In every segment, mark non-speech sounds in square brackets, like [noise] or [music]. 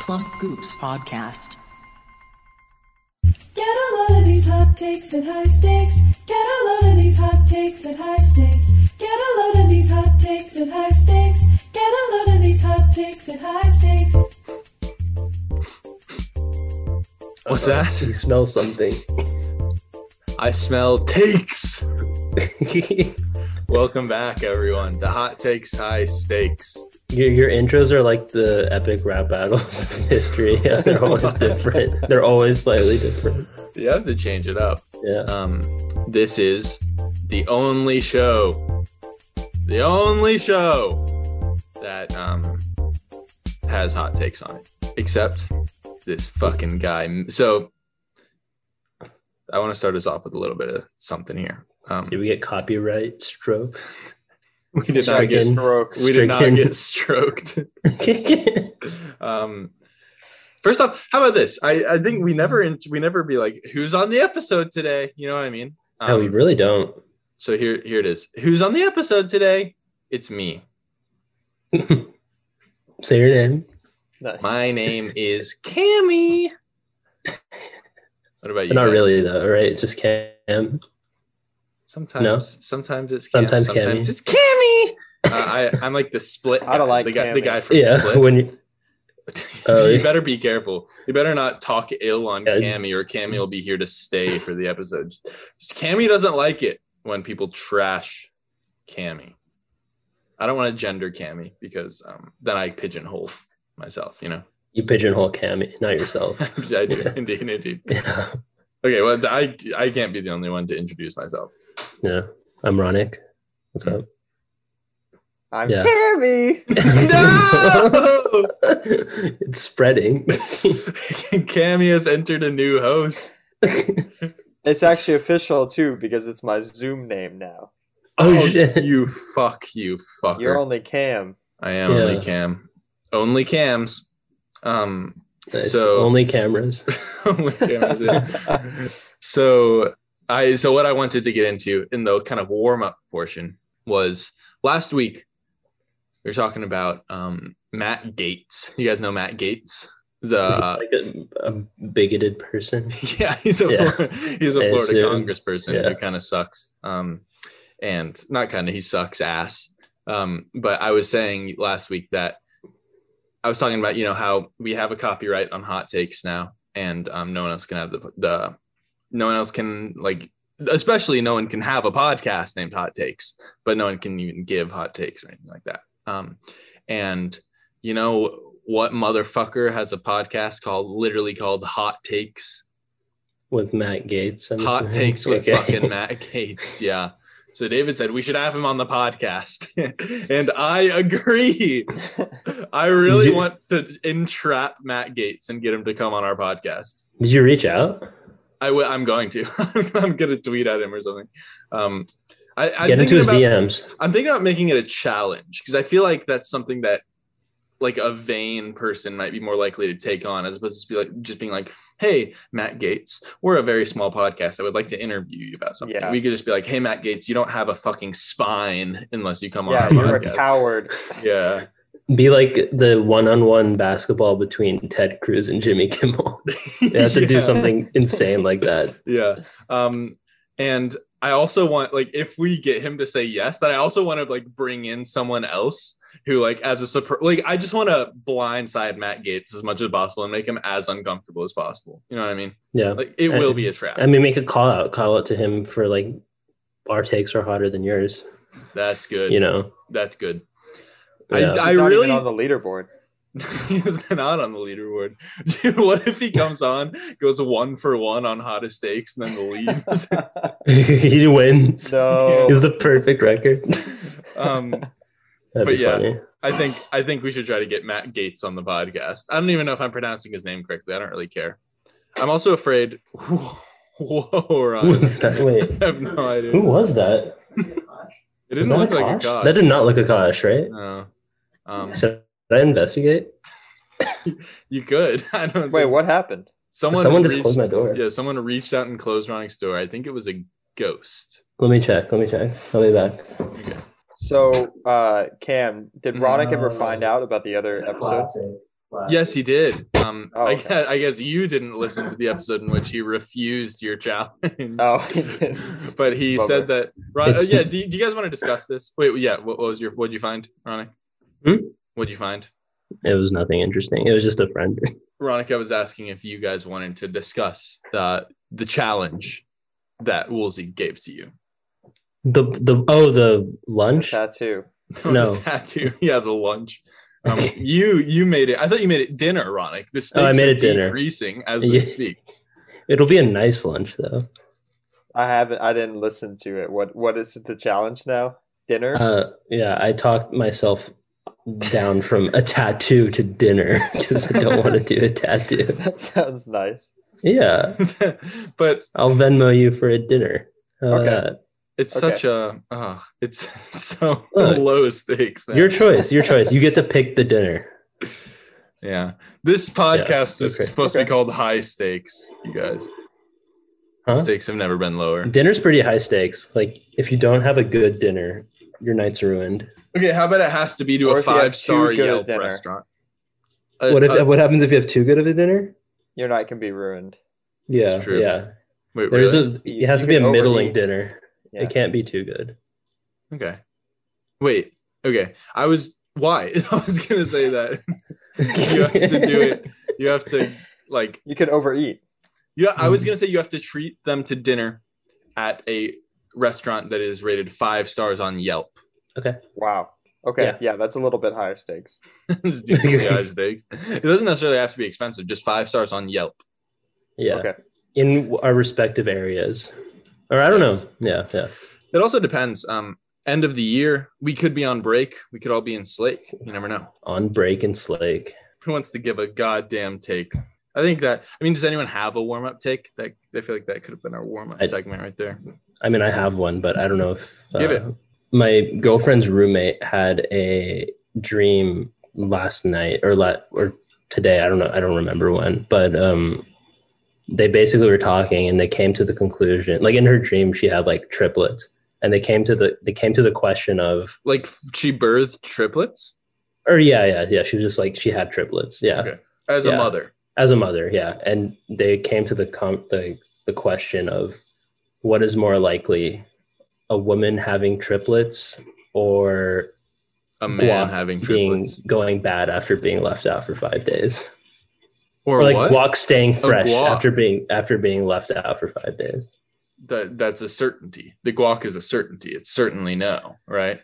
Plump Goops Podcast. Get a load of these hot takes at high stakes. Get a load of these hot takes at high stakes. Get a load of these hot takes at high stakes. Get a load of these hot takes at high stakes. What's that? [laughs] You smell something. I smell takes. Welcome back, everyone, to Hot Takes High Stakes. your, your intros are like the epic rap battles [laughs] of history. Yeah, they're always different. They're always slightly different. You have to change it up. Yeah. Um, this is the only show, the only show that um has hot takes on it, except this fucking guy. So I want to start us off with a little bit of something here. Um, Did we get copyright [laughs] stroke? we did not get Stricken. stroked. We did not Stricken. get stroked. Um, first off, how about this? I, I think we never in, we never be like, who's on the episode today? You know what I mean? Um, no, we really don't. so here here it is. Who's on the episode today? It's me. Say your name. My name is Cammy. What about you? Not guys? really though, right? It's just Cam. Sometimes No? sometimes it's Cam, sometimes, Sometimes Cammy. it's Cammy. Uh, I I'm like the split. I don't guy, like the guy, the Cammy. guy from Yeah. Split. [laughs] When you, [laughs] Oh, you yeah. better be careful. You better not talk ill on Yeah. Cammy, or Cammy will be here to stay for the episode. Cammy doesn't like it when people trash Cammy. I don't want to gender Cammy because um, then I pigeonhole myself. You know, [laughs] you pigeonhole Cam, not yourself. [laughs] I do indeed, indeed. yeah. Okay, well, I I can't be the only one to introduce myself. [laughs] yeah. I'm Ronick. What's up? I'm [laughs] Yeah. Cammy. No, [laughs] it's spreading. [laughs] Cammy has entered a new host. It's actually official too because it's my Zoom name now. Oh, shit. You fuck, you fucker. You're only Cam. I am Yeah. only cam. Only cams. Um Nice. So- only cameras. [laughs] only cameras. in. so I so what I wanted to get into in the kind of warm-up portion was last week we were talking about um Matt Gates. You guys know Matt Gates? The uh, like a, a bigoted person. [laughs] yeah, he's a Yeah. Flor- he's a I Florida assumed. congressperson Yeah. who kind of sucks. Um, and not kind of, he sucks ass. Um, but I was saying last week that I was talking about you know how we have a copyright on hot takes now, and um, no one else can have the the no one else can like especially no one can have a podcast named Hot Takes, but no one can even give hot takes or anything like that. Um, and you know what motherfucker has a podcast called literally called Hot Takes? with Matt Gates. I'm Hot assuming. takes with [laughs] Okay. fucking Matt Gates. Yeah. So David said we should have him on the podcast. [laughs] and I [laughs] agree. I really You- want to entrap Matt Gates and get him to come on our podcast. Did you reach out? I w- I'm going to. [laughs] I'm going to tweet at him or something. Um, I, I'm, Get into thinking his about, DMs. I'm thinking about making it a challenge because I feel like that's something that like a vain person might be more likely to take on as opposed to be like just being like, hey, Matt Gates, we're a very small podcast. I would like to interview you about something. Yeah. We could just be like, hey, Matt Gates, you don't have a fucking spine unless you come yeah, on you're our a podcast. coward. [laughs] Yeah. Be like the one-on-one basketball between Ted Cruz and [laughs] Jimmy Kimmel. They have to do Yeah. something insane like that. yeah um and i also want like if we get him to say yes then i also want to like bring in someone else who like as a surprise like i just want to blindside matt gates as much as possible and make him as uncomfortable as possible you know what i mean Yeah. like it I- will be a trap I mean, make a call out, call out to him for like our takes are hotter than yours. that's good You know. that's good [laughs] Yeah. I, I He's not really even on the leaderboard. he's not on the leaderboard. [laughs] Dude, what if he comes on, goes one for one on hottest stakes, and then [laughs] leaves? he wins. [laughs] No. He's the perfect record. um, That'd But be yeah. funny. I think I think we should try to get Matt Gates on the podcast. I don't even know if I'm pronouncing his name correctly. I don't really care. I'm also afraid. [laughs] Whoa, Ron. Who was [laughs] that? Wait. I have no idea. Who was that? it Was didn't that look like a Akash? god. That did not look Akash, right? No. Um, Should I investigate? you could. [laughs] I don't. Wait, think- what happened? Someone, Someone just reached, closed my door. Yeah, someone reached out and closed Ron's door. I think it was a ghost. Let me check. Let me check. I'll be back. Okay. So, uh, Cam, did Ronick ever No. find out about the other episode? last Yes, he did. Um, Uh, Oh, I, okay. guess, I guess you didn't listen to the episode in which he refused your challenge. Oh, [laughs] he did. but he Bummer. said that. Ron, uh, It's- yeah. Do you, do you guys want to discuss this? Wait. Yeah. What, what was your? What'd you find, Ronick? Hmm? What'd you find? It was nothing interesting. It was just a friend. Ronica was asking if you guys wanted to discuss uh, the challenge that Woolsey gave to you. [laughs] The the oh the The lunch. tattoo. No. the tattoo. [laughs] Yeah, the lunch. Um, you you made it. I thought you made it dinner, Ronic. The Oh, I stakes made are it dinner. Decreasing as Yeah. we speak. [laughs] It'll be a nice lunch though. I haven't. I didn't listen to it. What? What is it? The challenge now? Dinner? Uh, yeah, I talked myself down from a tattoo to dinner [laughs] because I don't want to do a tattoo. [laughs] that sounds nice. Yeah, but I'll Venmo you for a dinner. Uh, How about Okay. it's Okay. such a oh, it's [laughs] so Look. low stakes. that? now. Your choice. Your choice. You get to pick the dinner. yeah. This podcast is okay. supposed to Okay. be called high stakes, you guys. Huh? Stakes have never been lower. Dinner's pretty high stakes. Like if you don't have a good dinner, your night's ruined. Okay, how about it has to be to Or a if you have five star too good a Yelp dinner. restaurant? A- what if a- what happens if you have too good of a dinner? Your night can be ruined. Yeah, true. yeah. wait, There is really? a. It has You to be a can middling overeat. dinner. Yeah. It can't be too good. okay. Wait, okay. I was why [laughs] I was gonna say that [laughs] you have to do it. You have to like You can overeat. you. I Mm-hmm. was gonna say you have to treat them to dinner at a restaurant that is rated five stars on Yelp. [laughs] Wow. Okay. Yeah. Yeah. that's a little bit higher stakes. It's [laughs] decently high stakes. It doesn't necessarily have to be expensive. Just five stars on Yelp. [laughs] Yeah. Okay. In our respective areas. Or I don't Yes. know. Yeah, yeah. It also depends. Um, end of the year, we could be on break. We could all be in Slake. You never know. On break and slake. who wants to give a goddamn take? I think that I mean, does anyone have a warm up take? That I feel like that could have been our warm up I- segment right there. I mean, I have one, but I don't know if uh, Give it. My girlfriend's roommate had a dream last night or la- or today. I don't know. I don't remember when, but um, they basically were talking and they came to the conclusion. Like in her dream, she had like triplets, and they came to the they came to the question of Like she birthed triplets or yeah yeah yeah. She was just like she had triplets. Yeah. Okay. as a Yeah. mother. as a mother yeah and they came to the com- the, the question of what is more likely a woman having triplets or A man Guac having being triplets, going bad after being left out for five days or, or, like what? guac staying fresh guac. after being after being left out for five days That that's a certainty. The guac is a certainty. It's certainly no, right?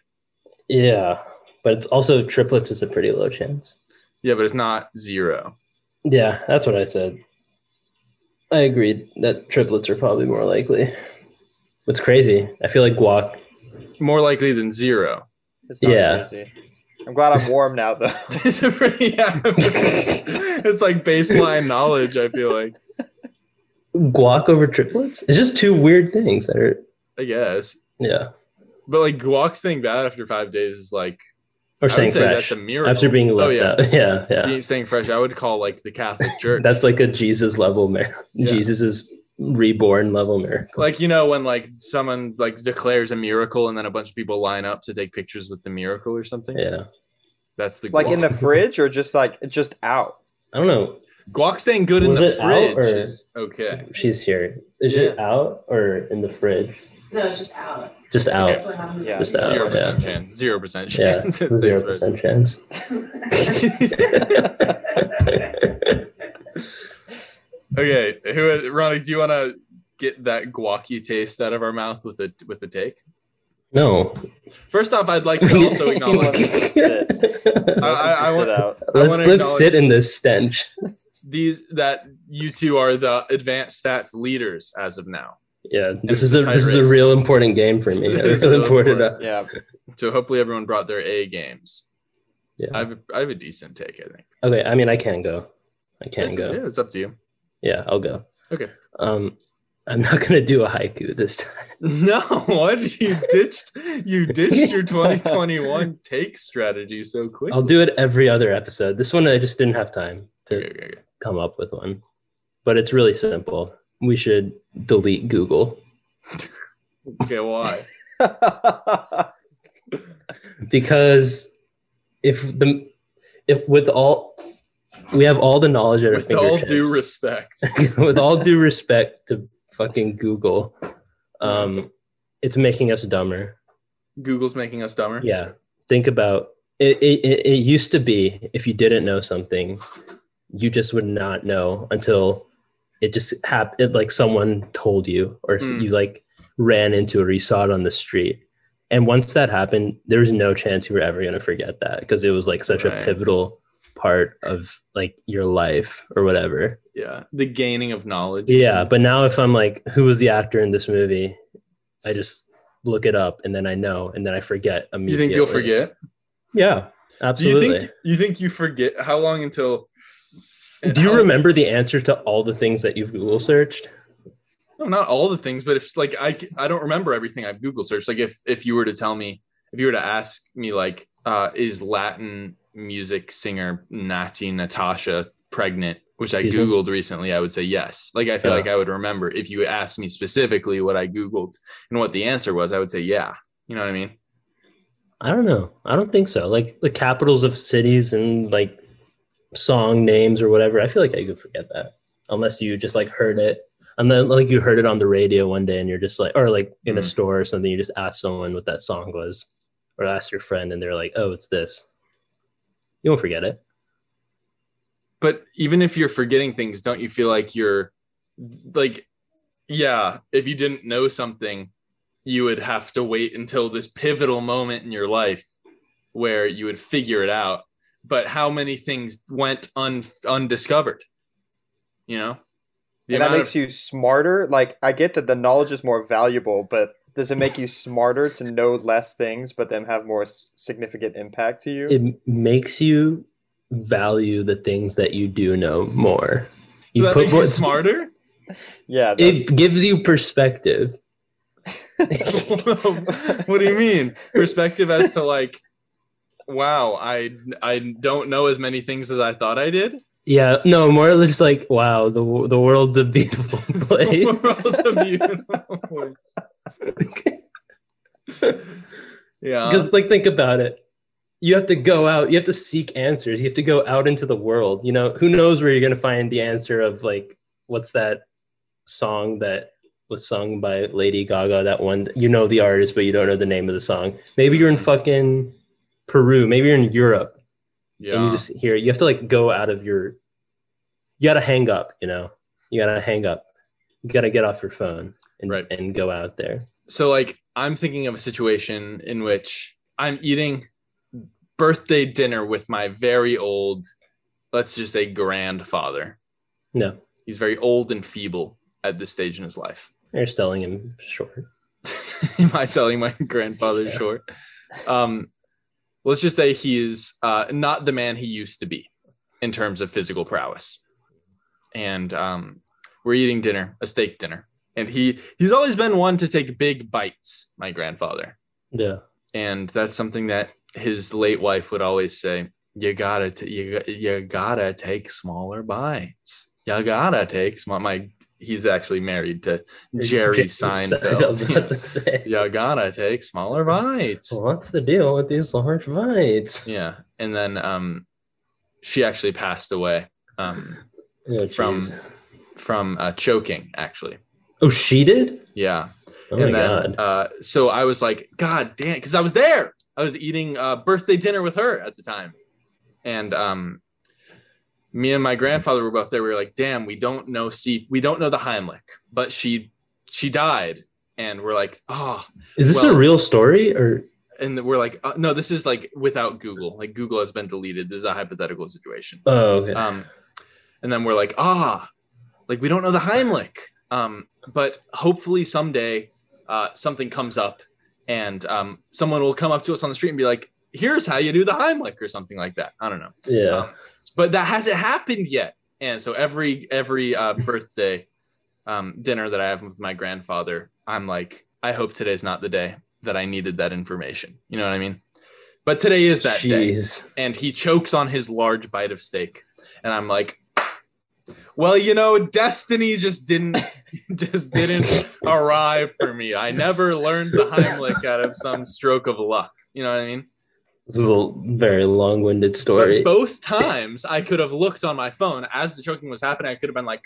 yeah but it's also triplets is a pretty low chance Yeah, but it's not zero. yeah that's what i said i agreed that triplets are probably more likely what's crazy i feel like guac More likely than zero. [laughs] It's not Yeah. crazy. I'm glad I'm warm now, [laughs] though. [laughs] it's, a pretty- [laughs] yeah. it's like baseline knowledge. I feel like. guac over triplets it's just two weird things that are I guess, yeah but like guac staying bad after five days is like I or would staying say fresh That's a miracle. Oh, after being left yeah. out [laughs] yeah yeah Being staying fresh, I would call like the [laughs] Catholic Church. that's like a jesus level miracle Yeah. jesus is reborn level miracle like you know when like someone like declares a miracle and then a bunch of people line up to take pictures with the miracle or something. yeah That's the like in the guac. fridge or just like just out. i don't know guac staying good in Was the it out, fridge. or- is okay. she's here is it out or in the fridge No, it's just out. just out That's what happened. Yeah. Just out. Zero percent yeah. chance. Zero percent yeah chance. it zero stays fresh. percent chance [laughs] [laughs] [laughs] okay, who, Ronnie? Do you want to get that guacky taste out of our mouth with a with a take? no First off, I'd [laughs] like to also [laughs] acknowledge. Let's sit. Uh, I, I, I want, out. I wanna let's let's acknowledge- sit in this stench these that you two are the advanced stats leaders as of now. yeah this it's is a a tight this is a race. real important game for me [laughs] It i is really real important important. [laughs] Yeah. So hopefully everyone brought their A games. Yeah. I have a, I have a decent take, I think. Okay, I mean, I can go. I can it's, go. yeah, it's up to you. Yeah, I'll go. Okay. Um, I'm not gonna do a haiku this time. No, [laughs] what you ditched you ditched [laughs] your 2021 take strategy so quick. I'll do it every other episode. This one, I just didn't have time to Okay, okay, okay. come up with one, but it's really simple. We should delete Google Okay, [laughs] why? because if the if with all we have all the knowledge at our With all fingertips. due respect, [laughs] with all due respect to fucking Google, um, it's making us dumber. Google's making us dumber. Yeah. Think about it, it, it. It used to be if you didn't know something, you just would not know until it just happened. Like someone told you, or s Mm. you like ran into it, or you saw it on the street. And once that happened, there was no chance you were ever going to forget that because it was like such a Right. pivotal part of like your life or whatever. Yeah. The gaining of knowledge. Yeah, but now if I'm like, who was the actor in this movie? I just look it up and then I know and then I forget You immediately. think you'll forget? Yeah, Do you absolutely. think you think you forget how long until Do you how- remember the answer to all the things that you've Google searched? No, not all the things, but if like I c- I don't remember everything I've Google searched. Like if if you were to tell me if you were to ask me like uh is Latin music singer Nati Natasha pregnant, which I Excuse me? googled recently, I would say yes. Like I feel Yeah. like I would remember if you asked me specifically what I googled and what the answer was, I would say yeah. You know what I mean? I don't know. I don't think so. Like the capitals of cities and like song names or whatever. I feel like I could forget that unless you just like heard it. And then like you heard it on the radio one day and you're just like or like in a Mhm. store or something, you just ask someone what that song was or ask your friend and they're like, Oh, it's this. You won't forget it. but even if you're forgetting things don't you feel like you're like yeah if you didn't know something you would have to wait until this pivotal moment in your life where you would figure it out but how many things went un- undiscovered you know the and that amount makes of, you smarter. Like I get that the knowledge is more valuable, but does it make you smarter to know less things but then have more s- significant impact to you? It makes you value the things that you do know more. so that makes you more- smarter [laughs] yeah, that's- It gives you perspective. what do you mean perspective as to like wow i i don't know as many things as i thought i did Yeah, no, more just like wow, the wo- the world's a beautiful place. Because yeah, [laughs] Because like think about it, you have to go out, you have to seek answers, you have to go out into the world. You know, who knows where you're gonna find the answer of like what's that song that was sung by Lady Gaga? That one you know the artist, but you don't know the name of the song. Maybe you're in fucking Peru. Maybe you're in Europe, [laughs] and yeah. you just hear. You have to like go out of your. You gotta hang up. You know, you gotta hang up. You gotta get off your phone and Right. and go out there. So like, I'm thinking of a situation in which I'm eating birthday dinner with my very old, let's just say grandfather. No, He's very old and feeble at this stage in his life. you're selling him short. [laughs] Am I selling my grandfather short? Um, let's just say he is uh, not the man he used to be in terms of physical prowess. And um, we're eating dinner, a steak dinner, and he he's always been one to take big bites. My grandfather, Yeah. and that's something that his late wife would always say: "You gotta, t- you, g- you gotta take smaller bites. You gotta take small." My he's actually married to Jerry, Seinfeld. [laughs] I was about to say. you gotta take smaller bites. What's the deal with these large bites? Yeah, and then um, she actually passed away um, Oh, geez. From- from uh, choking. Actually, oh, she did. yeah. Oh and my then, god. Uh, so I was like, God damn, because I was there. I was eating uh, birthday dinner with her at the time, and um, me and my grandfather were both there. We were like, Damn, we don't know. See, we don't know the Heimlich, but she she died, and we're like, Oh, Is this well- a real story or? and we're like, uh, No, this is like without Google. Like Google has been deleted. This is a hypothetical situation. Oh, okay. Um, and then we're like, ah, like we don't know the Heimlich. Um, but hopefully someday uh, something comes up and um, someone will come up to us on the street and be like, here's how you do the Heimlich or something like that. I don't know. yeah. um, But that hasn't happened yet. And so every every uh, birthday um, dinner that I have with my grandfather, I'm like, I hope today's not the day that I needed that information. You know what I mean? But today is that day Jeez. and he chokes on his large bite of steak and i'm like well you know destiny just didn't [laughs] just didn't arrive for me i never learned the heimlich out of some stroke of luck you know what i mean This is a very long-winded story. But both times I could have looked on my phone as the choking was happening. I could have been like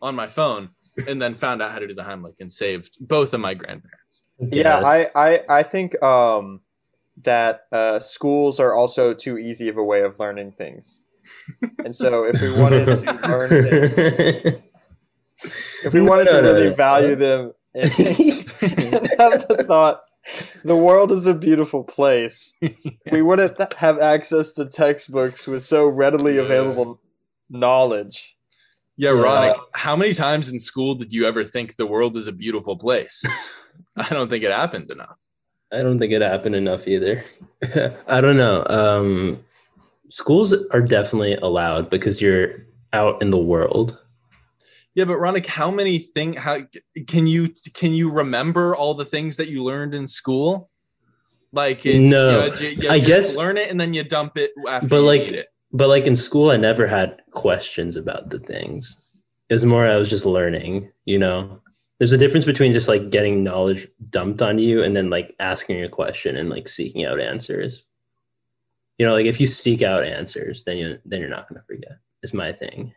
on my phone and then found out how to do the Heimlich and saved both of my grandparents. Yeah, I, Yes. I, I think um, that uh, schools are also too easy of a way of learning things. And so if we [laughs] wanted to learn things, if we wanted to No, no, really no. value them and, [laughs] and have the thought the world is a beautiful place we wouldn't have access to textbooks with so readily Yeah. available knowledge Yeah, Yeah. Ronick, how many times in school did you ever think the world is a beautiful [laughs] place? I don't think it happened enough. I don't think it happened enough either. [laughs] I don't know. Um, schools are definitely allowed because you're out in the world. Yeah, but Ronick, how many thing how can you can you remember all the things that you learned in school? Like it's No. you, you, you I just guess- learn it and then you dump it after But, you like, eat it. [laughs] But like in school, I never had questions about the things. It was more I was just learning, you know. There's a difference between just like getting knowledge dumped onto you and then like asking a question and like seeking out answers. You know, like if you seek out answers, then you then you're not gonna forget. Is my thing.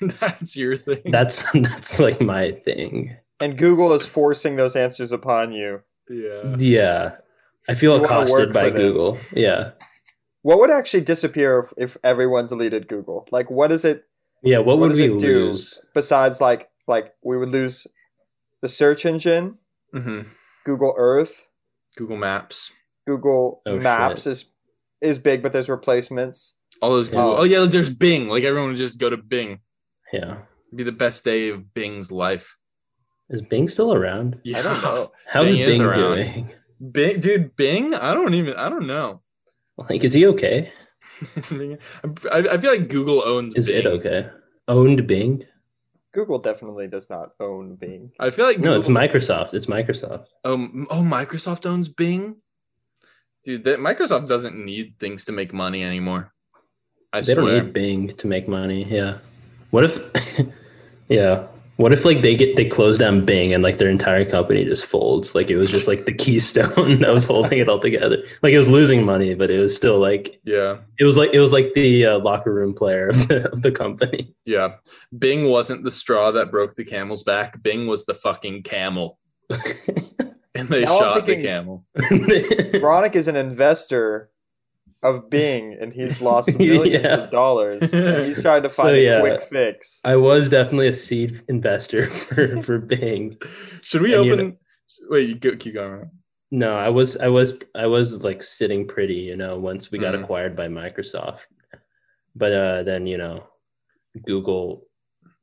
That's your thing. That's [laughs] that's like my thing. and google is forcing those answers upon you yeah. Yeah. I feel You wanna work accosted by for them. Google. Yeah. what would actually disappear if, if everyone deleted google like what is it Yeah. What, What would does we it do? lose? besides like like we would lose the search engine hmm google earth Google Maps. google Oh, maps shit. is is big but there's replacements All those Google. Yeah. Oh yeah, there's Bing. Like everyone would just go to Bing. Yeah. It'd be the best day of Bing's life. Is Bing still around? Yeah. i don't [laughs] know How's Bing is Bing around. doing? [laughs] Bing, dude, Bing. I don't even. I don't know. Like, is he okay? [laughs] Bing- I, I feel like Google owns. Is Bing. it okay? Owned Bing? Google definitely does not own Bing. I feel like No, it's Google- Microsoft. It's Microsoft. Um, oh, Microsoft owns Bing. Dude, that Microsoft doesn't need things to make money anymore. I they swear. don't need Bing to make money. Yeah. What if? [laughs] yeah. What if like they get they close down Bing and like their entire company just folds? Like it was just like the [laughs] keystone that was holding it all together. Like it was losing money, but it was still like yeah, It was like it was like the uh, locker room player of the, of [laughs] the company. yeah. Bing wasn't the straw that broke the camel's back. Bing was the fucking camel, [laughs] and they Now I'm shot the thinking- camel. Ronick is an investor of Bing and he's lost [laughs] millions Yeah. of dollars. And he's trying to So, find yeah. a quick [laughs] fix. I was definitely a seed investor for, for Bing. Should we And you open? Wait, you go, keep going. Ryan. No, I was I was I was like sitting pretty, you know, once we got Mhm. acquired by Microsoft. But uh, then you know, Google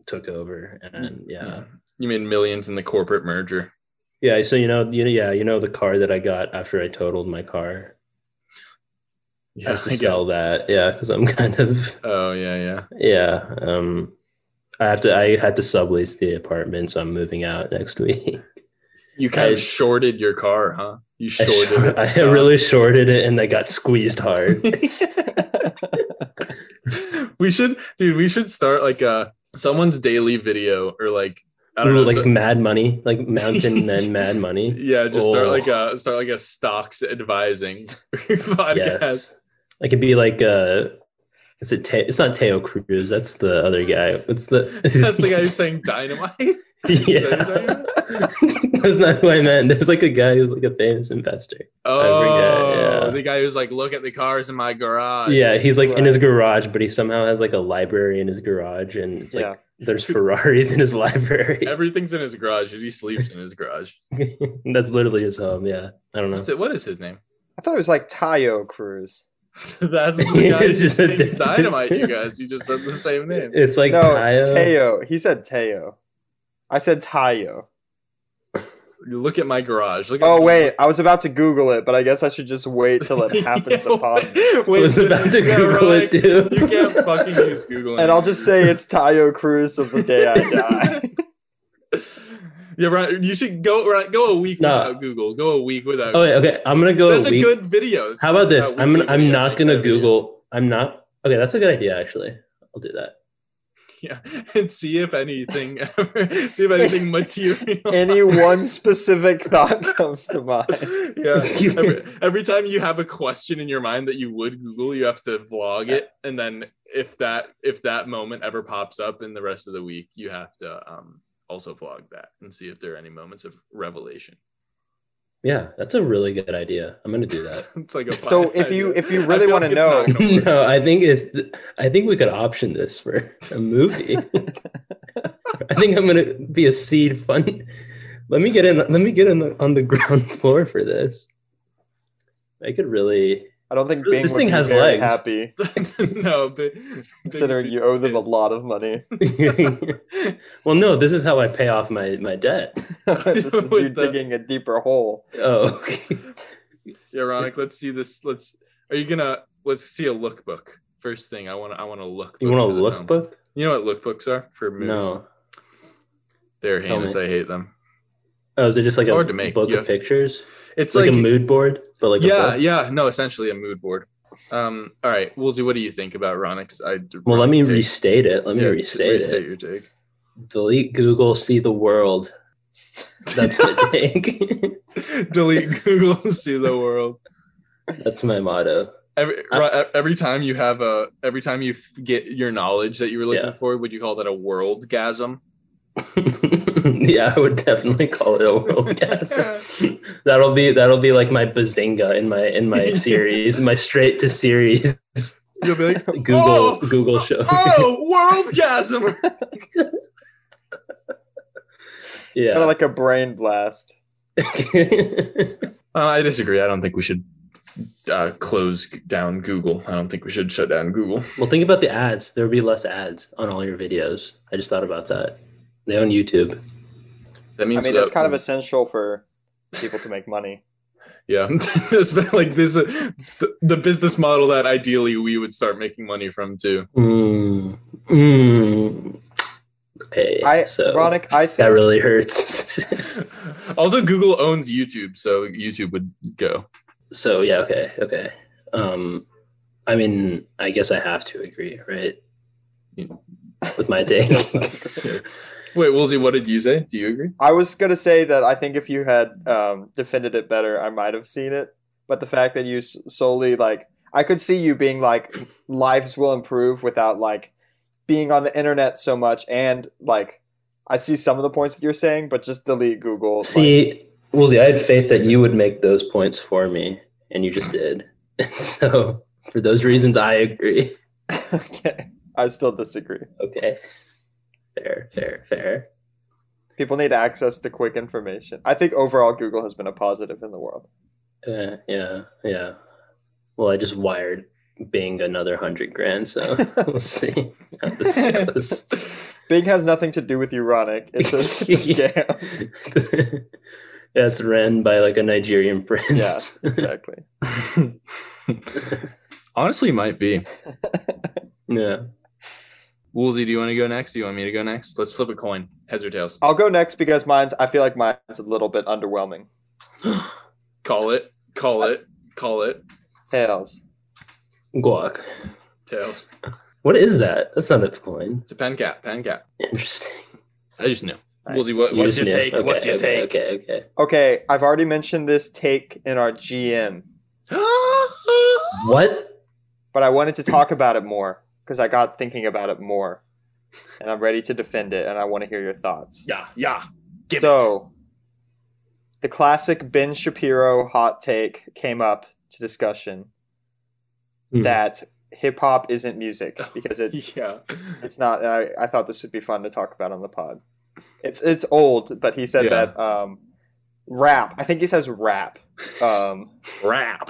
took over, and yeah, You made millions in the corporate merger. yeah. So you know, you yeah, you know, the car that I got after I totaled my car, I have to I get- sell that, [laughs] yeah, because I'm kind of Oh yeah, yeah. Yeah. Um I have to I had to sublease the apartment, so I'm moving out next week. [laughs] You kind of I- shorted your car, huh? You I, shorted short- it. I [laughs] stock. really shorted it and I got squeezed hard. [laughs] we should, dude. We should start like uh someone's daily video or like [laughs] I don't Ooh, know, like so- mad money, [laughs] like mountain men mad money. yeah, just start Oh. like a start like a stocks advising [laughs] podcast. [laughs] Yes. I could be like uh is it Te- it's not Teo Cruz, that's the other guy. It's the [laughs] That's the guy who's saying [laughs] dynamite. [laughs] Yeah. [laughs] that's not who I meant. There's like a guy who's like a famous investor. Oh, yeah. the guy who's like, look at the cars in my garage. Yeah, he's like in his garage, but he somehow has like a library in his garage, and it's yeah. like there's Ferraris in his [laughs] library. everything's in his garage, and he sleeps in his garage. That's literally his home. Yeah, I don't know. What's it, what is his name? [laughs] I thought it was like Tayo Cruz. That's the guy [laughs] It's who just a sings different- dynamite. [laughs] You guys, you just said the same name. It's like no, it's Tayo- Tayo. He said Tayo. I said Tayo. You look at my garage. Look at Oh my- wait, I was about to Google it, but I guess I should just wait [laughs] till it [laughs] happens Yeah, upon me. wait, I was wait, about to yeah, Google right. it too. You can't [laughs] fucking use Google. And I'll just say it's Tayo Cruz of the day I die. [laughs] Yeah, right. You should go right. Go a week No. without Google. Go a week without. Okay, okay. I'm gonna Oh, go. That's a a week. good video. It's How about this? that I'm gonna, weekly I'm video, not like gonna that video. Google. I'm not. Okay, that's a good idea actually. I'll do that. [laughs] yeah, and see if anything, [laughs] see if [laughs] anything material. Any one specific thought comes to [laughs] mind. yeah. Every, [laughs] every time you have a question in your mind that you would Google, you have to vlog it, and then if that if that moment ever pops up in the rest of the week, you have to um, also vlog that and see if there are any moments of revelation. [laughs] Yeah, that's a really good idea. I'm gonna [laughs] do that. it's like a So fine if you- idea. if you I really feel wanna like it's not gonna work. [laughs] no, I think it's. I think we could option this for [laughs] a [laughs] movie. I think I'm gonna be a seed fund. Let me get in. Let me get in the, on the ground [laughs] floor for this. I [laughs] could really. [laughs] I don't think Really, Bing this would thing be has very legs. happy [laughs] no, but considering you owe them a lot [laughs] of money. [laughs] well, no. This is how I pay off my my debt. this is you [laughs] With the- digging a deeper hole. Oh, [laughs] okay. Ironic. Let's see this. Let's. Are you gonna? Let's see a lookbook. First thing I want. to I want a lookbook. you want for a the film. lookbook? You know what lookbooks are for movies? No. They're Tell heinous. me. I hate them. Oh, is it just like a Hard to make, book yeah. of pictures? It's like, like, a mood board, but like yeah, a book? yeah. No, essentially a mood board. Um. All right, Woolsey. What do you think about Ronix? I Well, let me Ronix's take. restate it. Let me Yeah, restate, restate it. your take. [laughs] Delete Google, see the world. That's my [laughs] take. [laughs] Delete Google, see the world. That's my motto. [laughs] Every ri- every time you have a every time you f- get your knowledge that you were looking Yeah. for, would you call that a world gasm? yeah, I would definitely call it a world [laughs] guess. that'll be that'll be like my bazinga in my [laughs] in my series, my straight to series [laughs] You'll be like, Google Oh! Google show. oh, world gasm. [laughs] It's [laughs] kind [laughs] yeah. of like a brain blast. Uh, I disagree. I don't think we should uh, close down Google. I don't think we should shut down Google. well, think about the ads. There'll be less ads on all your videos. I just thought about that. They own YouTube. That I means mean, that- that's kind of essential for people to [laughs] make money. yeah. [laughs] It's been like this, uh, the, the business model that ideally we would start making money from too. [laughs] Mm. Mm. Okay. I, so Ronick, I think that really hurts. [laughs] also, Google owns YouTube, so YouTube would go. so yeah, okay, okay. Um, I mean, I guess I have to agree, right? With my take. [laughs] Wait, Woolsey, what did you say? Do you agree? I was gonna say that I think if you had um, defended it better, I might have seen it. But the fact that you s- solely like, I could see you being like, lives will improve without like being on the internet so much, and like, I see some of the points that you're saying, but just delete Google. like- See, Woolsey, I had faith that you would make those points for me, and you just did. [laughs] And so, for those reasons, I agree. [laughs] [laughs] okay, I still disagree. Okay. Fair, fair, fair. People need access to quick information. I think overall Google has been a positive in the world. Uh, yeah, yeah. Well, I just wired Bing another hundred grand, so we'll see how this goes. Bing has nothing to do with Uronic. It's a, it's [laughs] a scam. That's ran by like a Nigerian prince. Yeah. exactly. Honestly, might be. [laughs] yeah. Woolsey, do you want to go next? Do you want me to go next? Let's flip a coin. Heads or tails? I'll go next because mine's. I feel like mine's a little bit underwhelming. Call it. Call it. Call it. Tails. Guac. Tails. What is that? That's not a coin. It's a pen cap. Pen cap. Interesting. I just knew. Nice. Woolsey, what, You what's just your knew. take? Okay, what's your okay, take? Okay, okay. Okay, I've already mentioned this take in our GM, What? [laughs] but I wanted to talk about it more because I got thinking about it more, and I'm ready to defend it, and I want to hear your thoughts. [gasps] yeah, yeah. Give So, the classic Ben Shapiro hot take came up to discussion Hmm. that hip hop [laughs] isn't music because it it. Yeah. It's not. And I, I thought this would be fun to talk about on the pod. It's it's old, but he said Yeah. that um, rap. I think he says rap. Um, [laughs] Rap.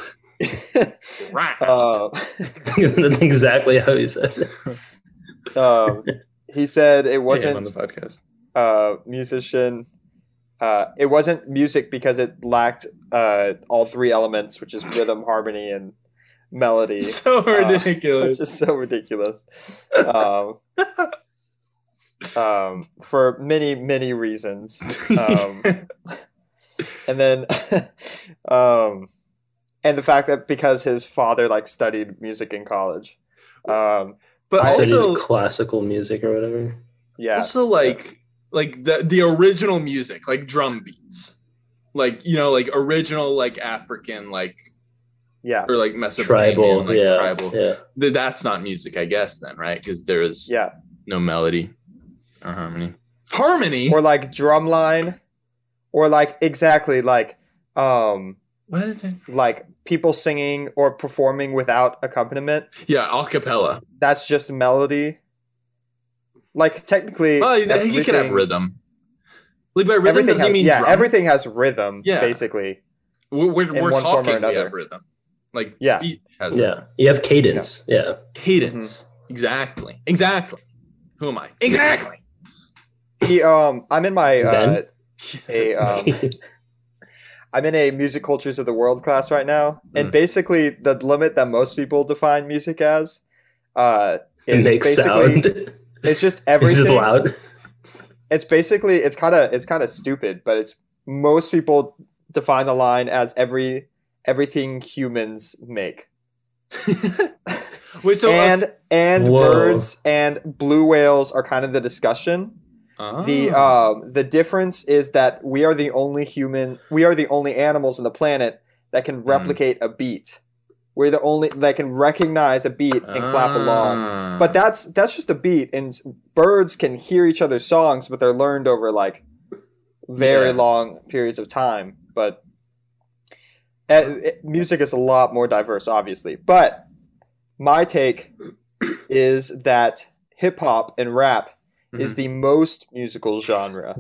Rap. uh, That's exactly how he says [laughs] it. um, he said it on the wasn't podcast. uh, musician. Uh, it wasn't music because it lacked uh, all three elements, which is [laughs] rhythm, harmony, and melody. So Uh, ridiculous. [laughs] which is so ridiculous. [laughs] Um, um, for many, many reasons. [laughs] Um, and then, [laughs] um, and the fact that because his father like studied music in college, um, But I studied also, classical music or whatever. Yeah. also like like the the original music, like drum beats, like you know, like original like African like Yeah. or like Mesopotamian Tribal, like yeah, tribal. yeah. Th- That's not music, I guess then, right? Because there is Yeah. no melody or harmony. Harmony. Or like drumline. Or like exactly like um what is it? like people singing or performing without accompaniment. Yeah, acapella. That's just melody. Like technically Well, Oh, you can have everything- rhythm. Like by rhythm Everything doesn't has, mean yeah, drum. everything has rhythm, Yeah. basically. we're we're, in we're one form or talking we another. have rhythm. Like Yeah. Mm-hmm. speech has rhythm. Yeah. You have cadence. Yeah. cadence. Exactly. Exactly. Who am I? Exactly. He, um, I'm in my uh, Ben? a, um, [laughs] I'm in a music cultures of the world class right now, Hmm. and Mm. basically the limit that most people define music as uh, it is makes basically sound. [laughs] It's it's just everything. just loud. it's basically it's kind of it's kind of stupid, but it's most people define the line as every everything humans make, Wait, so uh, and and Whoa. birds and blue whales are kind of the discussion. oh. The um, the difference is that we are the only human, we are the only animals on the planet that can Mm. replicate a beat. We're the only that can recognize a beat and clap along. um, Ah. But that's that's just a beat, and birds can hear each other's songs, but they're learned over like very Yeah. long periods of time. But uh, it- music is a lot more diverse, obviously. But my take is that hip hop and rap is the most musical genre.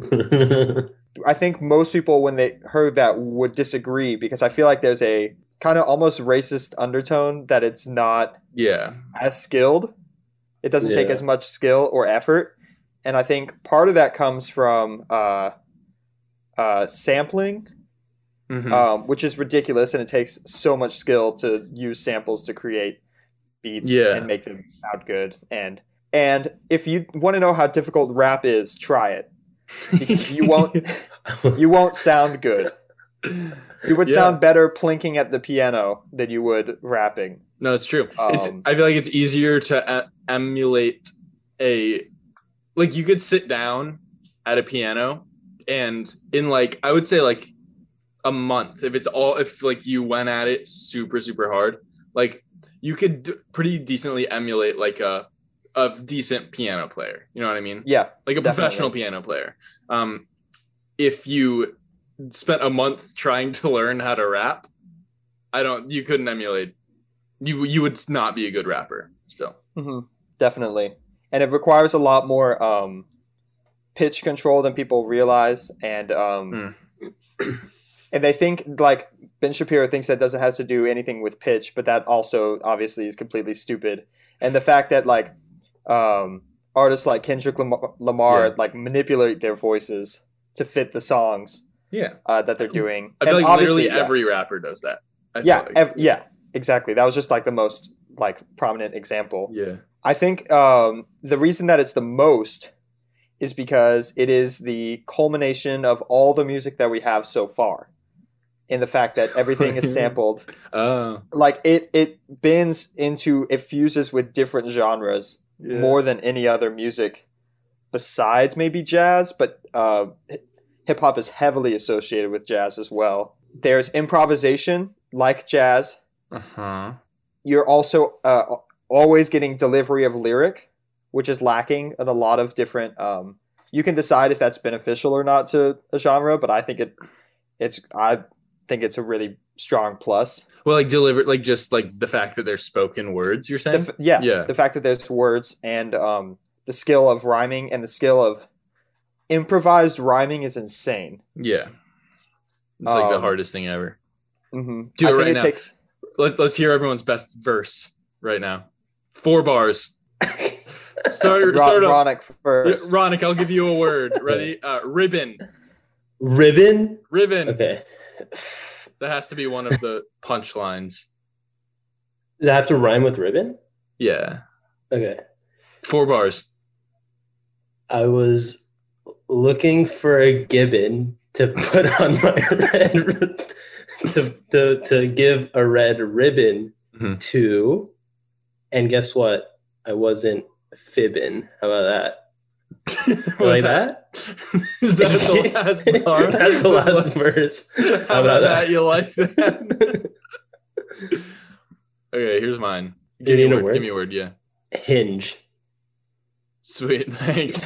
I think most people, when they heard that, would disagree because I feel like there's a kind of almost racist undertone that it's not yeah. as skilled. It doesn't take Yeah. as much skill or effort. And I think part of that comes from uh, uh, sampling, Mhm. um, which is ridiculous and it takes so much skill to use samples to create beats Yeah. and make them sound good. And and if you want to know how difficult rap is, try it. because [laughs] you won't you won't sound good. You would Yeah. sound better plinking at the piano than you would rapping. No, it's true. it's Um, I feel like it's easier to e- emulate a like you could sit down at a piano and in like I would say like a month if it's all if like you went at it super super hard like you could d- pretty decently emulate like a a decent piano player. You know what I mean? Yeah, like a Definitely. professional piano player. Um, if you spent a month trying to learn how to rap, I don't. You couldn't emulate. You you would not be a good rapper. Still, mhm, definitely. And it requires a lot more um, pitch control than people realize, and um, Hmm. [clears throat] and they think like Ben Shapiro thinks that doesn't have to do anything with pitch, but that also obviously is completely stupid. And the fact that like um, artists like Kendrick Lamar, Lamar Yeah. like manipulate their voices to fit the songs yeah. uh, that they're doing. I feel And like obviously, literally yeah. every rapper does that. I feel yeah, like. ev- yeah, exactly. That was just like the most like prominent example. yeah. I think um, the reason that it's the most is because it is the culmination of all the music that we have so far, in the fact that everything is sampled. Oh, Like it, it bends into it fuses with different genres Yeah. more than any other music, besides maybe jazz. But uh, hip hop is heavily associated with jazz as well. There's improvisation like jazz uh Uh-huh. huh. you're also uh, always getting delivery of lyric, which is lacking in a lot of different. Um, you can decide if that's beneficial or not to a genre, but I think it it's I think it's a really strong plus. Well, like deliver like just like the fact that they're spoken words. You're The saying f- yeah, Yeah. the fact that there's words and um, the skill of rhyming and the skill of improvised rhyming is insane. yeah. It's like the Um, hardest thing ever. Mm-hmm. Do I it think right it now. takes Let, let's hear everyone's best verse right now. Four [laughs] bars. Start, Ron- start off. Ronick first. Ronick, I'll give you a [laughs] word. Ready? Uh, ribbon. [laughs] Ribbon? Ribbon. Okay. That has to be one of the punchlines. Does that have to rhyme with ribbon? Yeah. Okay. Four bars. [laughs] I was looking for a gibbon to put [laughs] on my red [laughs] to to to give a red ribbon Mhm. to, and guess what? I wasn't fibbing. How about that? [laughs] You What like is that? Is that [laughs] the [laughs] last part? That's the last verse. [laughs] [laughs] How about, How about that? that? You like that? okay, here's mine. You Give me need a a word. word? Give me a word. Yeah. Hinge. Sweet. [laughs] Thanks.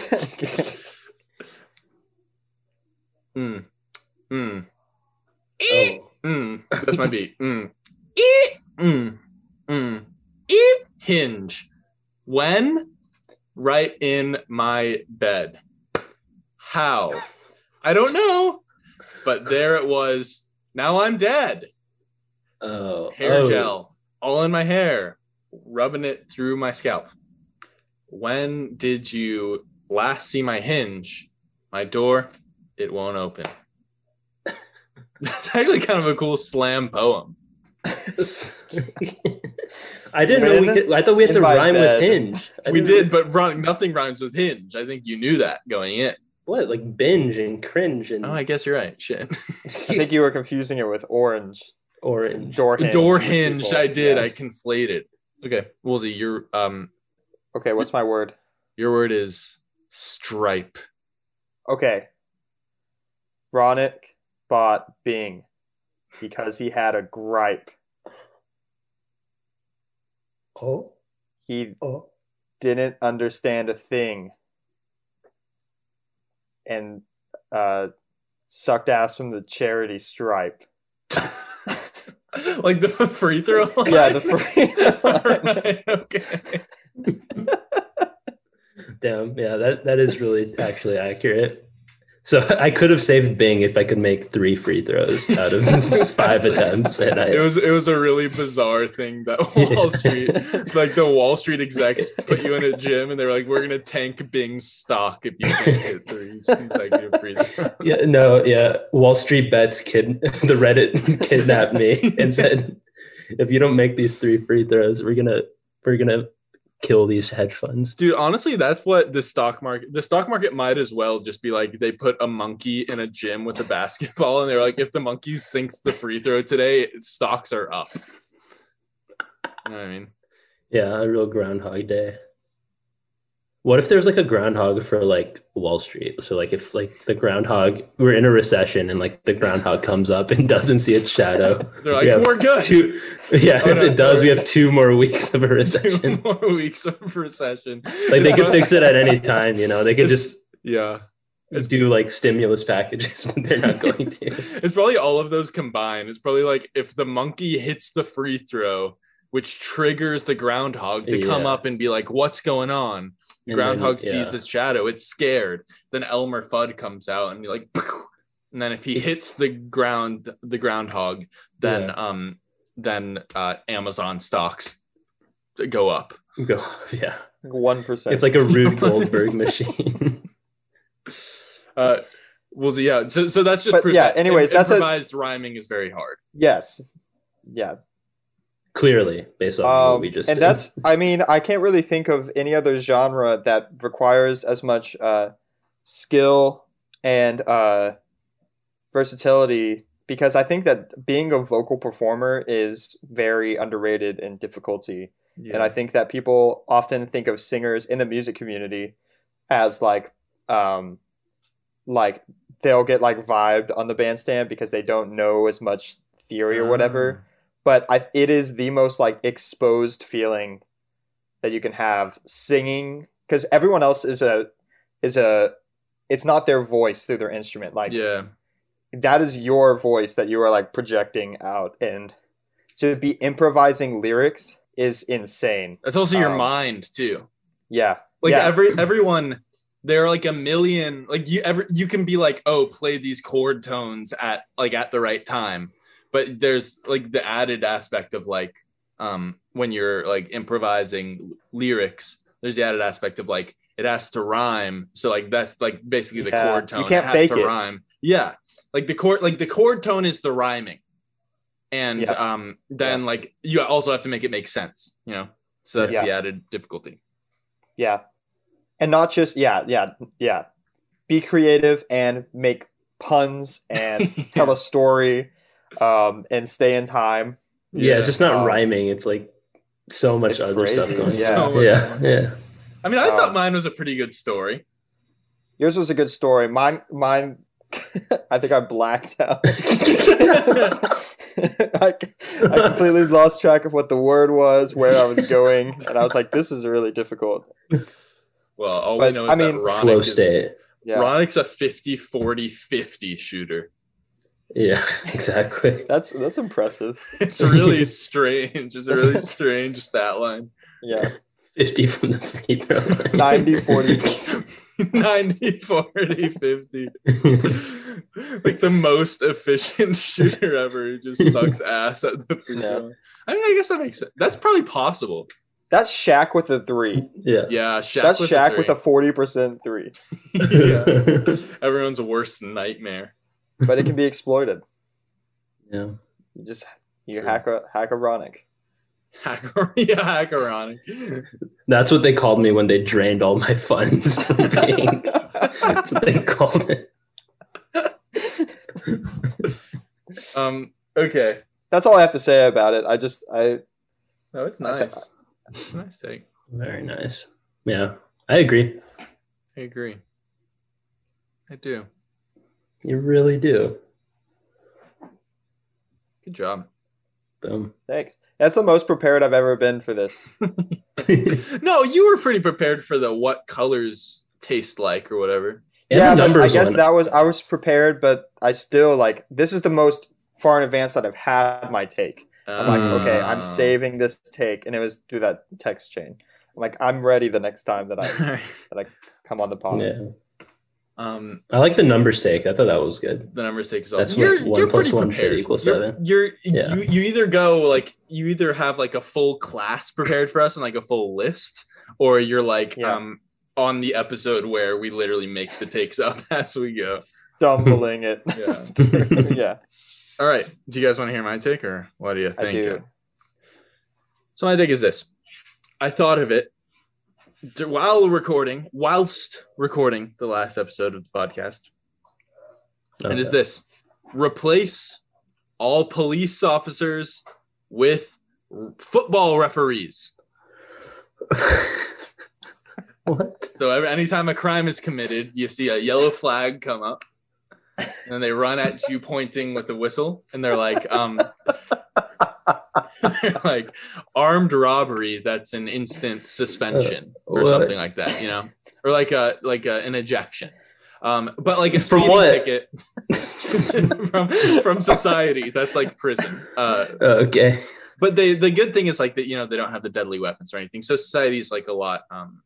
Mm. Mm. Oh. Mm. That's my beat. Mm. Eep. Mm. Mm. Eep. Hinge. When? Right in my bed. How? I don't know. But there it was. Now I'm dead. Oh. Hair oh. gel all in my hair, rubbing it through my scalp. When did you last see my hinge? My door, it won't open. [laughs] That's actually kind of a cool slam poem. [laughs] I didn't know we When could. I thought we had in to my rhyme bed. with hinge. I We didn't- did, but rhyme, nothing rhymes with hinge. I think you knew that going in. What like binge and cringe Mm. and Oh, I guess you're right. [laughs] Shit. [laughs] I think you were confusing it with orange orange. door hinge. Door hinge. I did. Yeah. I conflated. Okay, Woolsey, your um, Okay, what's my word? your word is stripe. [laughs] Okay. Ronick bought Bing because he had a gripe. Oh, He oh. didn't understand a thing and uh, sucked ass from the charity stripe. like the [laughs] free throw. line? yeah, the [laughs] free. [laughs] Alright, okay. Damn. Yeah, that that is really actually accurate. So [laughs] I could have saved Bing if I could make three free throws out [laughs] of five attempts, and I It [laughs] was it was a really bizarre thing [laughs] that [laughs] Wall Street. It's like the Wall Street execs put you in a gym and they were like, "We're gonna tank Bing's stock if you can't hit three consecutive free throws." Yeah, no, yeah. Wall Street bets kid [laughs] the Reddit [laughs] kidnapped me [laughs] and said, if you don't make these three free throws, we're gonna we're gonna kill these hedge funds. Dude, honestly, that's what the stock market. The stock market might as well just be like they put a monkey in a gym with a basketball, and they're like, if the monkey sinks the free throw today, stocks are up. You know what I mean, Yeah, a real groundhog day. What if there's like a groundhog for like Wall Street? So like if like the groundhog we're in a recession and like the groundhog comes up and [laughs] doesn't see its [laughs] shadow. they're like, Yeah. "We're good." Two yeah, Oh, if no, it does, sorry. we have two more weeks of [laughs] a two [laughs] recession. more weeks of recession. Like they could fix it at any time, you know. They could just [laughs] Yeah, It's- do like stimulus packages, [laughs] but they're not going [laughs] to. [laughs] it's probably all of those combined. It's probably like if the monkey hits the free throw, which triggers the groundhog to come Yeah. up and be like, "What's going on?" The And then, groundhog yeah. sees his shadow. It's scared. Then Elmer Fudd comes out and be like, [laughs] "Pew!" and then if he hits the ground, the groundhog, then um, then uh, Amazon stocks go up. Go, [laughs] yeah. One percent. It's like [laughs] a Rude Yeah. Goldberg machine. [laughs] Uh, well, so yeah. So, so that's just But proof yeah, that anyways, im- that's a- improvised rhyming is very hard. yes, yeah. Clearly, based off of what Um, we just and did. that's. I mean, I can't really think of any other genre that requires as much uh, skill and uh, versatility because I think that being a vocal performer is very underrated in difficulty. Yeah. And I think that people often think of singers in the music community as like um like they'll get like vibed on the bandstand because they don't know as much theory Ah. or whatever. But I it is the most like exposed feeling that you can have singing because everyone else is a is a it's not their voice through their instrument. Like yeah. that is your voice that you are like projecting out and to be improvising lyrics is insane That's also your Um, mind too. yeah Like yeah every everyone, there are like a million. Like you ever you can be like, oh, play these chord tones at like at the right time. But there's like the added aspect of like um when you're like improvising lyrics, there's the added aspect of like it has to rhyme. So like that's like basically the Yeah, chord you tone. can't it has fake to it. rhyme. Yeah. Like the chord like the chord tone is the rhyming. And Yeah. um then like you also have to make it make sense, you know. So that's the added difficulty. yeah and not just yeah yeah yeah be creative and make puns and [laughs] tell a story um and stay in time yeah, it's just not um, rhyming. It's like so much It's other crazy. stuff going on. Yeah. So much yeah, more. yeah. I mean, I Um, thought mine was a pretty good story. Yours was a good story. Mine, mine. [laughs] I think I blacked out. [laughs] I, I completely lost track of what the word was, where I was going, and I was like, "This is really difficult." Well, all we but, know is I that mean- Ronick Flow is, state. Yeah, Ronick's a 50 40 50 shooter. [laughs] Yeah, [laughs] exactly. that's that's impressive. [laughs] It's really strange. It's a really strange stat line. [laughs] Yeah, 50 from the free throw line. 90, 40. 90 40 50. like the most efficient [laughs] shooter ever who [laughs] just sucks ass at the free Yeah. throw. line. I mean, I guess that makes sense. That's probably possible. that's Shaq with a three. [laughs] yeah. Yeah, Shaq That's with Shaq with a a forty percent three, three. yeah. Everyone's worst nightmare. [laughs] but it can be exploited. yeah. You just you True. hack a hack a Ronick. Hacker, [laughs] yeah, hackeronic. That's what they called me when they drained all my funds [laughs] from being. That's what they called it. Um, okay. [laughs] That's all I have to say about it. I just I No, Oh, it's nice. It's a nice take. Very nice. Yeah, I agree. I agree. I do. You really do. Good job. Boom. [laughs] thanks. That's the most prepared I've ever been for this. and No, you were pretty prepared for the what colors taste like or whatever. yeah, the but I numbers guess one. that was I was prepared, but I still like this is the most far in advance that I've had my take. I'm like, Uh, okay, I'm Ah. [laughs] saving this take, and it was through that text chain. I'm like, I'm ready the next time that [laughs] I saved. come on the pod. yeah. um, I like the number stake. I thought that was [laughs] good. the number six is That's awesome. what You're, one you're plus pretty one should prepared. equal You're- seven. You're, Yeah. you you either go like you either have like a full class prepared for us and like a full list, or you're like Yeah. um on the episode where we literally make the takes up [laughs] as we go. Stumbling it. [laughs] Yeah. [laughs] yeah, All right. Do you guys want to hear my take or what do you I think? do. So my take is this: I thought of it d- while recording, whilst recording the last episode of the podcast, and [laughs] is this: replace all police officers with r- football referees. what? So every, anytime a crime is committed, you see a yellow flag come up, and then they run at you pointing with a whistle, and they're like, um, [laughs] they're like armed robbery. That's an instant suspension or Uh, What? something like that, you know, or like a like a, an ejection. Um, but like a From speeding what? ticket [laughs] from from society. That's like prison. Uh, Okay. [laughs] but they the good thing is like that you know they don't have the deadly weapons or anything so society's like a lot um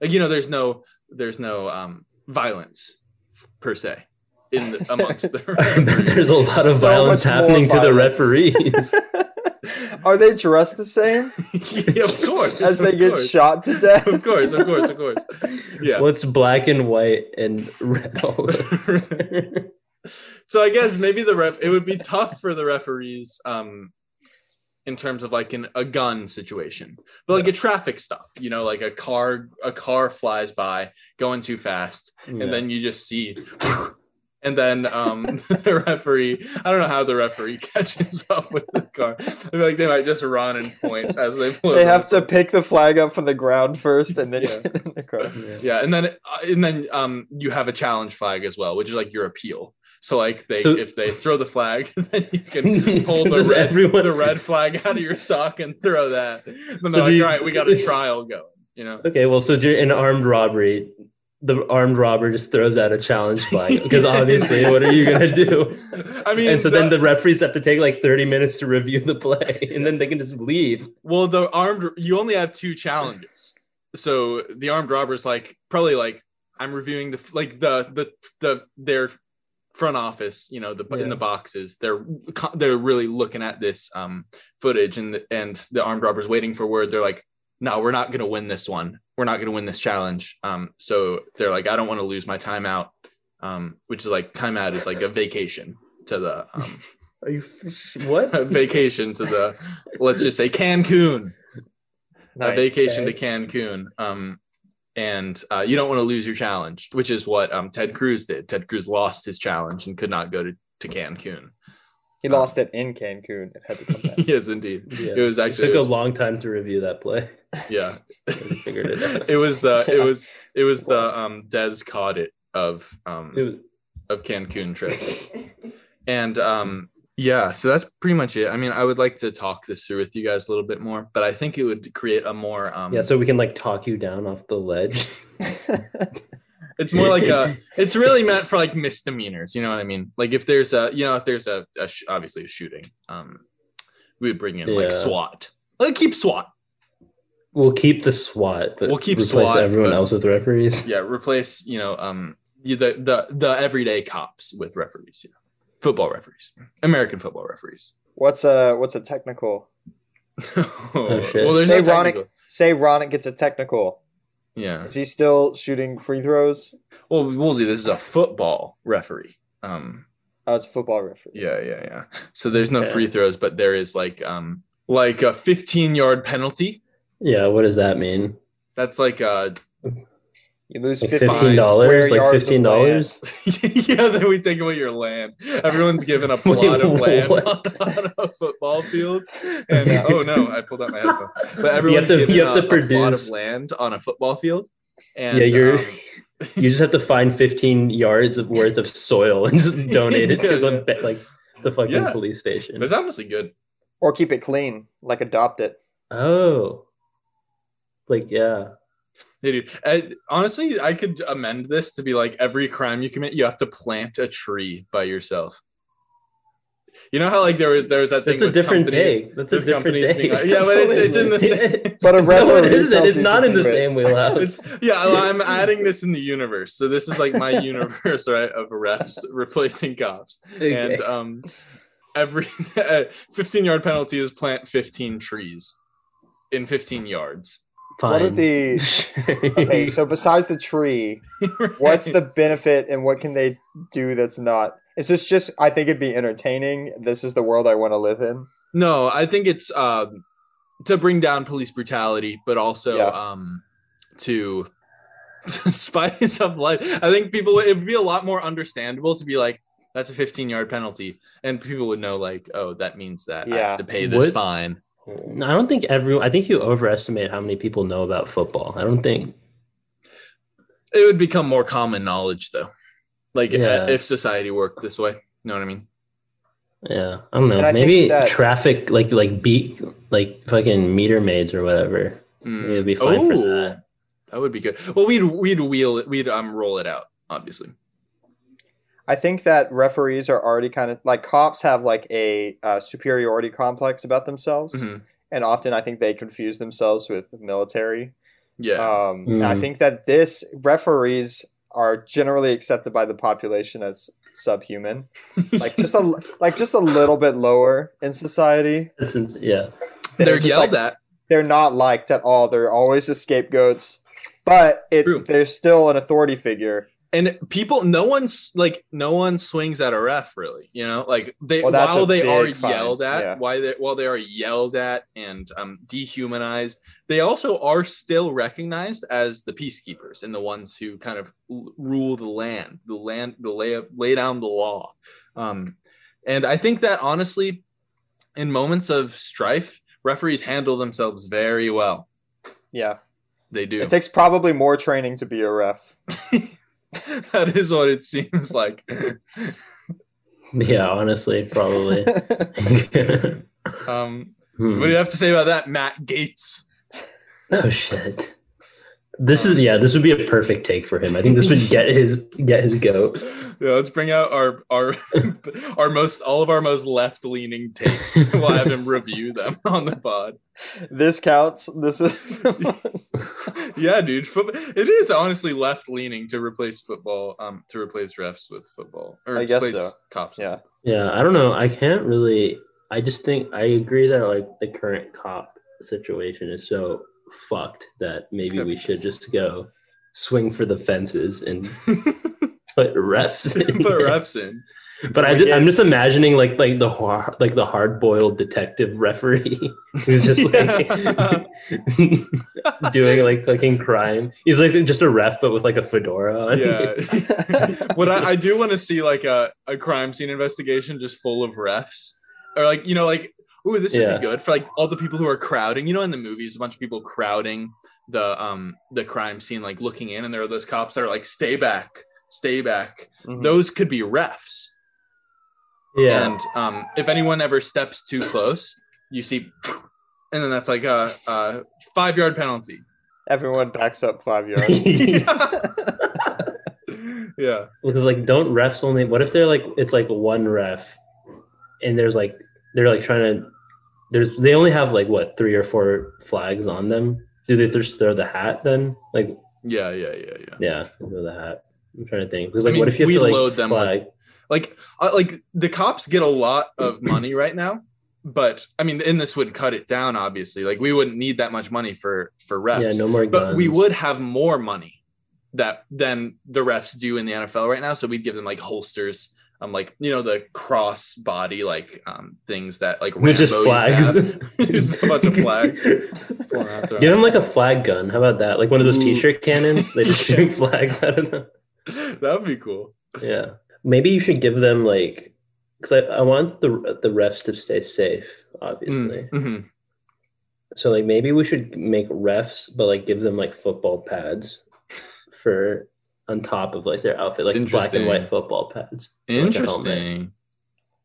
like you know there's no there's no um violence per se in the, amongst [laughs] But the there's a lot of So violence much more happening to the violence. [laughs] referees. Are they dressed [laughs] the same [laughs] yeah, of course as they of get course. shot to death? of course of course of course yeah What's black and white and red all over? [laughs] so I guess maybe the ref it would be tough for the referees um in terms of like an, a gun situation. But like a traffic stop, you know, like a car a car flies by going too fast Yeah. and then you just see [laughs] and then um [laughs] the referee I don't know how the referee [laughs] catches up with the car. I feel like they might just run and point as they blow [laughs] They have to pick the flag up from the ground first, and then Yeah. get in the car. yeah, and then uh, and then um you have a challenge flag as well, which is like your appeal. So like they So- if they throw the flag, [laughs] then you can [laughs] So pull the does red everyone- the red flag out of your sock and throw that. Then they're So like, do you- all right, we got a trial going. You [laughs] know, Okay, well, so during an armed robbery, the armed robber just throws out a challenge [laughs] flag because obviously, what are you gonna do? I mean, and so then the referees have to take like 30 minutes to review the play, and then they can just leave. well the armed you only have two challenges. So the armed robber's like probably like I'm reviewing the like the the the their front office you know the in Yeah. the boxes they're they're really looking at this um footage and the, and the armed robbers waiting for word they're like no we're not going to win this one we're not going to win this challenge um so they're like i don't want to lose my timeout um which is like timeout is like a vacation to the um [laughs] Are you f- what? a vacation to the let's just say cancun [laughs] a vacation to Cancun. Um, and uh, you don't want to lose your challenge, which is what um, Ted Cruz did. Ted Cruz lost his challenge and could not go to, to Cancun. He lost it in Cancun. It had to come [laughs] back. yes, indeed. Yeah. It was actually took it was- a long time to review that play. [laughs] yeah. figured it out. it was the Yeah. it was it was the um Des caught it of um It was, of Cancun [laughs] trips. and um yeah, so that's pretty much it. I mean, I would like to talk this through with you guys a little bit more, but I think it would create a more um yeah, so we can like talk you down off the ledge. it's more like [laughs] a it's really meant for like misdemeanors, you know what I mean? Like if there's a you know if there's a, a sh- obviously a shooting, um we would bring in Yeah. like SWAT. Like keep SWAT. We'll keep the SWAT, but We'll keep replace SWAT, everyone but- else with referees. [laughs] Yeah, replace, you know, um the the the everyday cops with referees, yeah. Football referees. American football referees. [laughs] what's a what's a technical? Oh, shit. Well, there's Say no Ronick- technical. Say Ronick gets a technical. Yeah. Is he still shooting free throws? Well, Woolsey, this is a football referee. Um, Oh, it's a football referee. yeah, yeah, yeah. So there's no Okay. free throws, but there is like um like a 15 yard penalty. Yeah, what does that mean? That's like a You lose Like fifteen fifteen square dollars? Like yards of fifteen dollars? [laughs] yeah. Then we take away your land. Everyone's given a plot [laughs] Wait, of land what? on, on a football field, and oh no, I pulled out my [laughs] headphone. But everyone's to- given you have a, to a plot of produce- land on a football field. And, Yeah, you're- um, You just have to find fifteen yards of worth of soil and [laughs] just donate it to Yeah, the yeah. ba- like the fucking Yeah. police station. it's honestly good. Or keep it clean, like adopt it. Oh, like yeah. They do. And honestly, I could amend this to be like every crime you commit, you have to plant a tree by yourself. You know how like there was there was that thing. That's a with different companies- take. That's a with different companies take. being like- yeah, but it's, it's [laughs] in the same. But a no, it referee isn't. tells It's you not in the something, but- same [laughs] wheelhouse. It's, yeah, well, I'm adding this in the universe. So this is like my universe, right, of refs [laughs] replacing cops. Okay. And uh, um, every [laughs] 15 yard penalty is plant 15 trees in 15 yards. [laughs] Fine. What [laughs] are the [laughs] okay? So besides the tree, what's the benefit and what can they do that's not? Is this just? I think it'd be entertaining. This is the world I want to live in. No, I think it's um, to bring down police brutality, but also Yeah. um, to [laughs] spice up life. I think people it would be a lot more understandable to be like, "That's a 15 yard penalty," and people would know like, "Oh, that means that I Yeah. have to pay this Would- fine." No, Mm, I don't think everyone. I think you overestimate how many people know about football. I don't think. It would become more common knowledge though, like Yeah. uh, if society worked this way. You know what I mean? Yeah, I don't know. And I think Maybe that- traffic, like like beat, like fucking meter maids or whatever. Mm. Maybe it'd be fine for Oh, that. That would be good. Well, we'd we'd wheel it, we'd um roll it out obviously. I think that referees are already kind of like cops have like a uh, superiority complex about themselves, Mhm. and often I think they confuse themselves with military. Yeah. Um, and I Mm. think that this referees are generally accepted by the population as subhuman, like [laughs] just a like just a little bit lower in society. That's ins- yeah. they're just, yelled like, at. They're not liked at all. They're always the scapegoats, but True. it they're still an authority figure. and people no one's like no one swings at a ref really you know like they Well, that's a while they are big fine, yelled at yeah. why they while they are yelled at and um dehumanized they also are still recognized as the peacekeepers and the ones who kind of l- rule the land the land the lay lay down the law um and i think that honestly in moments of strife referees handle themselves very well Yeah, they do it takes probably more training to be a ref. [laughs] that is what it seems [laughs] like Yeah, honestly, [laughs] probably. um Hmm. What do you have to say about that, Matt Gates? Oh shit. This is yeah. This would be a perfect take for him. I think this would get his get his goat. Yeah, let's bring out our our [laughs] our most all of our most left leaning takes. [laughs] We'll have him review them [laughs] on the pod. this counts. This [laughs] is Yeah, dude, football, it is honestly left leaning to replace football, um, to replace refs with football, or I guess replace so. cops. yeah. Yeah, I don't know. I can't really. I just think I agree that like the current cop situation is so [laughs] fucked that maybe we should just go swing for the fences and put refs. [laughs] Put In here. refs in. But I We just, I'm did. just imagining like like the hor- like the hard boiled detective referee [laughs] who's just like doing like [laughs] fucking crime. He's like just a ref, but with like a fedora. On. Yeah. what I, [laughs] I do want to see like a, a crime scene investigation just full of refs or like you know like ooh this would Yeah. be good for like all the people who are crowding you know in the movies a bunch of people crowding the um the crime scene like looking in and there are those cops that are like stay back stay back [laughs] Mhm. those could be refs [laughs] Mm-hmm. yeah. and um if anyone ever steps too close you see [laughs] and then that's like a, a five yard [laughs] penalty [laughs] Everyone backs up five yards. Because yeah like, don't refs only? What if they're like, it's like one ref, and there's like, they're like trying to, there's they only have like what three or four flags on them. Do they just throw the hat then? Like, yeah yeah yeah yeah yeah, throw the hat. I'm trying to think because I like, mean, what if you we have to like load them with- flag? like uh, like the cops get a lot of money right now but i mean and this would cut it down obviously like we wouldn't need that much money for for refs yeah, no more guns. but we [laughs] would have more money that than the refs do in the nfl right now so we'd give them like holsters um like you know the cross body like um things that like They're just Rambo used to flags. have. [laughs] Just a bunch of [laughs] flags. Well, not Get the- them like a flag gun. How about that? Like one of those Ooh. t-shirt cannons. They [laughs] just Yeah. shoot flags out of them. that would be cool Yeah. Maybe you should give them like, because I, I want the the refs to stay safe, obviously. Mm, mhm. So like maybe we should make refs, but like give them like football pads for on top of like their outfit, like black and Interesting. white football pads. interesting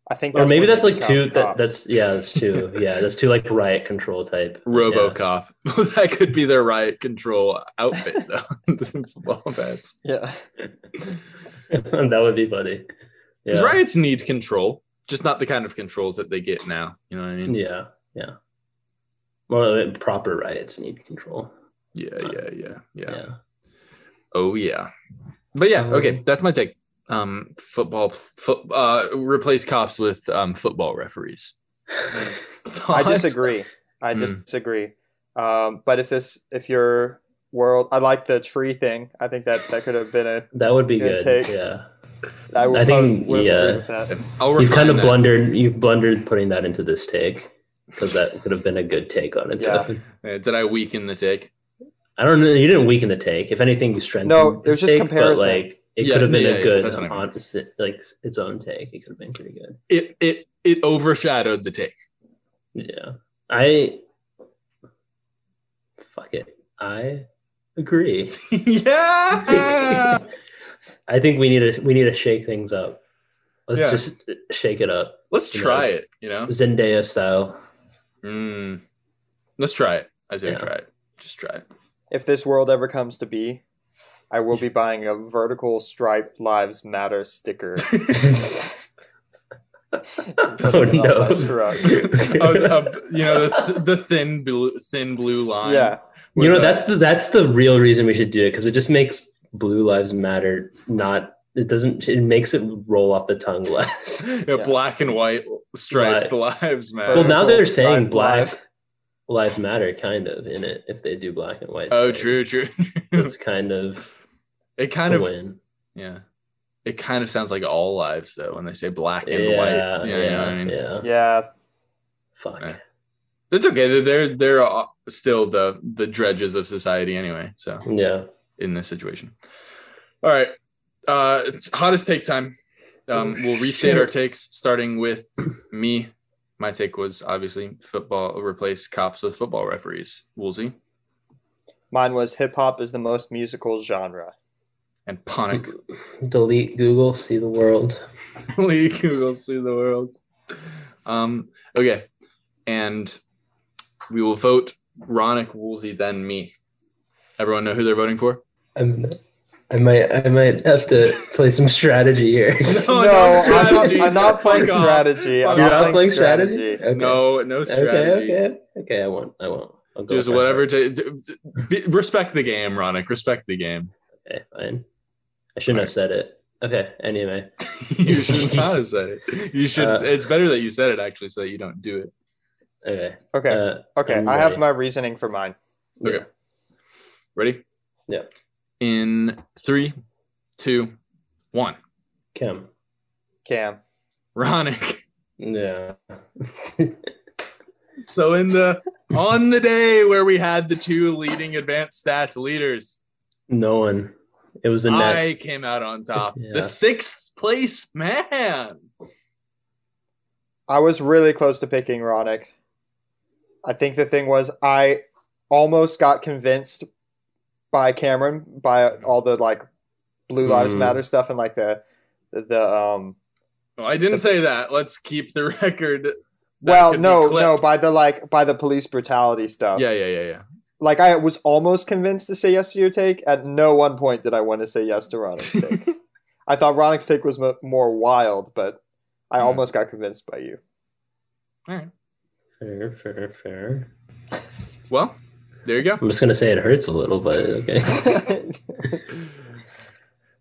I think. or maybe when that's they like become two. That, cops. that's yeah, that's [laughs] two. yeah, that's two like riot control type. robocop [laughs] that could be their riot control outfit though [laughs] football bats yeah. Yeah. [laughs] that would be funny. Because Yeah. riots need control, just not the kind of control that they get now. You know what I mean? Yeah. Yeah. Well, I mean, proper riots need control. Yeah, yeah, yeah, yeah. yeah. Oh yeah. But yeah, Um, okay, that's my take. Um, football, foot, uh, replace cops with um football referees. [laughs] I Thoughts? disagree. I Hmm. disagree. Um, but if this, if your world, I like the tree thing. I think that that could have been a. That would be Good good. take. Yeah. I, would I think, probably would yeah. agree with that. I'll you've kind refine of that. blundered. You've blundered putting that into this take because that could have been a good take on its Yeah. own. Uh, Did I weaken the take? I don't know. You didn't weaken the take. If anything, you strengthened. No, it this was just take, but, comparison. like it Yeah, could have been yeah, a yeah, good, that's what I mean. honest, like its own take. It could have been pretty good. It it it overshadowed the take. [laughs] Yeah, I. Fuck it. I [laughs] agree. [laughs] yeah. I think we need to we need to shake things up. Let's Yeah. just shake it up, Let's You know. try it. You know. Zendaya style. [laughs] Mm. Let's try it. I say Yeah. try it. Just try it. If this world ever comes to be, I will be buying a vertical striped lives matter sticker. Oh no! [laughs] Oh, um, uh, you know the, th- the thin blue thin blue line. yeah. you know that's the that's the real reason we should do it because it just makes blue lives matter not it doesn't it makes it roll off the tongue [laughs] less Yeah, black and white striped lives matter. well now they're Vertical saying striped black lives. lives matter kind of in it if they do black and white oh, Like, true, true. it's kind of It kind kind of of win yeah. It kind of sounds like all lives though when they say black yeah and yeah, white. Yeah, you know what yeah, I mean. Yeah. fuck Yeah. It's okay. They're, they're they're all- still the the dredges of society anyway. So yeah in this situation. All right. Uh, it's hottest take time. Um, Oh, we'll restate our shit. takes, starting with me. My take was obviously football replace cops with football referees. Woolsey Mine was hip hop is the most musical genre. and [laughs] Ponic. delete Google see the world Lee will see the world. Um, okay. And we will vote Ronick, Woolsey, then me. Everyone know who they're voting for? I'm, I might I might [laughs] have to play some strategy here Oh, No, I'm, Oh, not, I'm not playing Fuck off. strategy. I'm You're not, playing strategy. No, no strategy. Okay, okay, okay. I won't. I won't. I'll go Just with my whatever. heart. To, d- d- be, respect the game, Ronick. Respect the game. Okay, fine. I shouldn't have said it. Okay. Anyway, [laughs] you should not have said it. You should. Uh, it's better that you said it actually, so that you don't do it. okay. Okay. Uh, Okay, I'm I have ready. my reasoning for mine. Okay. Ready? Yeah. In three, two, One, Kim. Cam. Ronick. Yeah. [laughs] So in the on the day where we had the two leading advanced stats leaders, [laughs] no one. It was a net. I came out on top. Yeah. The sixth place man. I was really close to picking Ronick. I think the thing was I almost got convinced by Cameron by all the like Blue Lives Mm-hmm. Mhm. Matter stuff and like the the um Oh, I didn't say that. Let's keep the record. that well could be no no clipped. by the like by the police brutality Oh. stuff. yeah, yeah, yeah, yeah. Like I was almost convinced to say yes to your take. At no one point did I want to say yes to Ronick's take. [laughs] I thought Ronick's take was mo more wild, but I Mhm. almost got convinced [laughs] by you. [laughs] Fair, fair, fair. Well, there you go. I'm just gonna say it hurts a little, [laughs] but okay.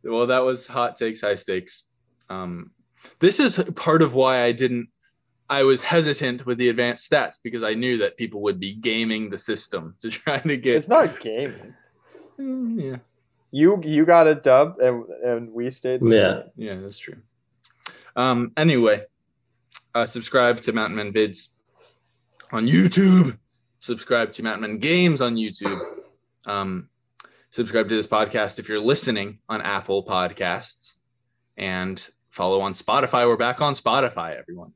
Well, that was hot takes, high stakes. Um, this is part of why I didn't. I was hesitant with the advanced stats because I knew that people would be gaming the system to try to get. it's not gaming. Mm, yeah, You you got a dub and and we stayed. the yeah. same. yeah, that's true. Um, anyway, uh, subscribe to Mountain Men Vids on YouTube. Subscribe to Mountain Men Games on YouTube. Um, subscribe to this podcast if you're listening on Apple Podcasts, and follow on Spotify. We're back on Spotify, everyone.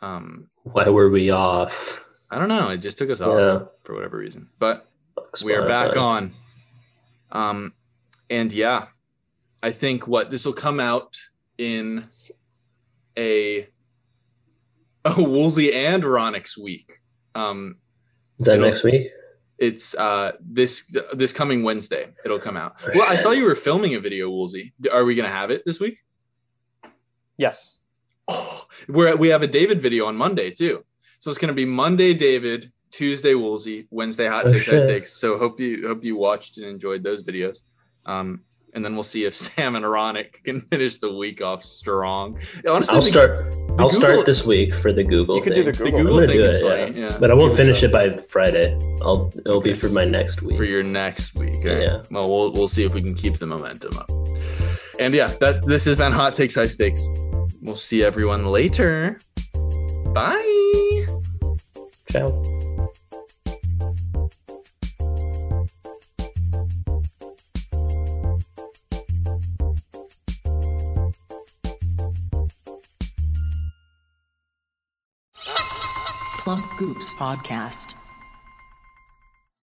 Um, Why were we off? I don't know. It just took us off Yeah. for whatever reason, but we are back Spotify. on. Um, and yeah, I think what this will come out in a a Woolsey and Ronix week. Um, Is that next week? it's uh this this coming Wednesday. It'll come out. Well, I saw you were filming a video, Woolsey. Are we gonna have it this week? Yes. Oh, we're we have a David video on Monday too. So it's gonna be Monday David, Tuesday Woolsey, Wednesday Hot Oh, Takes High shit. Stakes. So hope you hope you watched and enjoyed those videos. Um, and then we'll see if [laughs] Sam and Ronick can finish the week off strong. Honestly, I'll the- start. I'll Google- start this week for the Google. You could do thing. the the Google. Google I'm gonna thing do is it, yeah. funny. Yeah. but I won't finish it by Friday. I'll. It'll be Okay. for my next week. for your next week. all right? Yeah. Well, we'll we'll see if we can keep the momentum up. And yeah, that this has been Hot Takes High Stakes. We'll see everyone later. Bye. Ciao. Plump Goops Podcast.